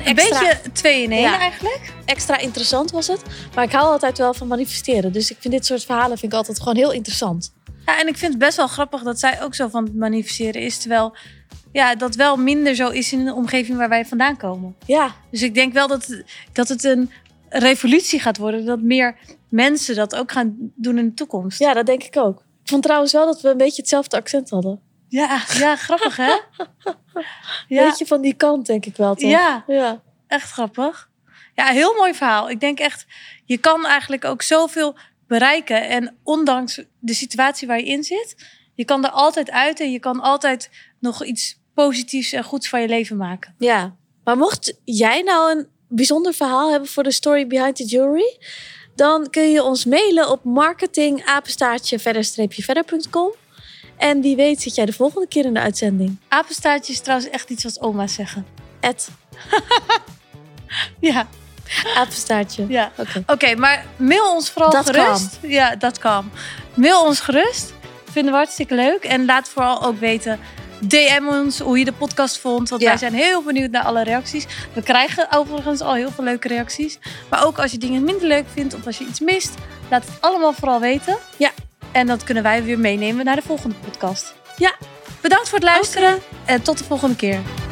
S2: een
S1: extra
S2: beetje twee in één
S1: Ja.
S2: eigenlijk.
S1: extra interessant was het. Maar ik hou altijd wel van manifesteren. Dus ik vind dit soort verhalen vind ik altijd gewoon heel interessant.
S2: Ja, en ik vind het best wel grappig dat zij ook zo van het manifesteren is. Terwijl ja, dat wel minder zo is in de omgeving waar wij vandaan komen.
S1: Ja,
S2: Dus ik denk wel dat, dat het een revolutie gaat worden. Dat meer mensen dat ook gaan doen in de toekomst.
S1: ja, dat denk ik ook. Ik vond trouwens wel dat we een beetje hetzelfde accent hadden.
S2: ja, ja, grappig hè?
S1: Een
S2: Ja,
S1: beetje van die kant denk ik wel toch?
S2: ja,
S1: Ja,
S2: echt grappig. Ja, heel mooi verhaal. Ik denk echt, je kan eigenlijk ook zoveel bereiken. En ondanks de situatie waar je in zit, je kan er altijd uit en je kan altijd nog iets positiefs en goeds van je leven maken.
S1: ja. Maar mocht jij nou een bijzonder verhaal hebben voor de story behind the jewelry, dan kun je ons mailen op marketingapenstaartje-verder-verder.com. En wie weet zit jij de volgende keer in de uitzending.
S2: Apenstaartje is trouwens echt iets wat oma's zeggen.
S1: Het
S2: Ja,
S1: apenstaartje.
S2: ja.
S1: Oké.
S2: Oké, maar mail ons vooral
S1: Dat
S2: gerust. Ja, dat kan. Mail ons gerust. Vinden we hartstikke leuk. En laat vooral ook weten, DM ons hoe je de podcast vond. Want
S1: Ja.
S2: wij zijn heel benieuwd naar alle reacties. We krijgen overigens al heel veel leuke reacties. Maar ook als je dingen minder leuk vindt of als je iets mist. Laat het allemaal vooral weten.
S1: Ja.
S2: En dat kunnen wij weer meenemen naar de volgende podcast.
S1: Ja.
S2: Bedankt voor het luisteren. En tot de volgende keer.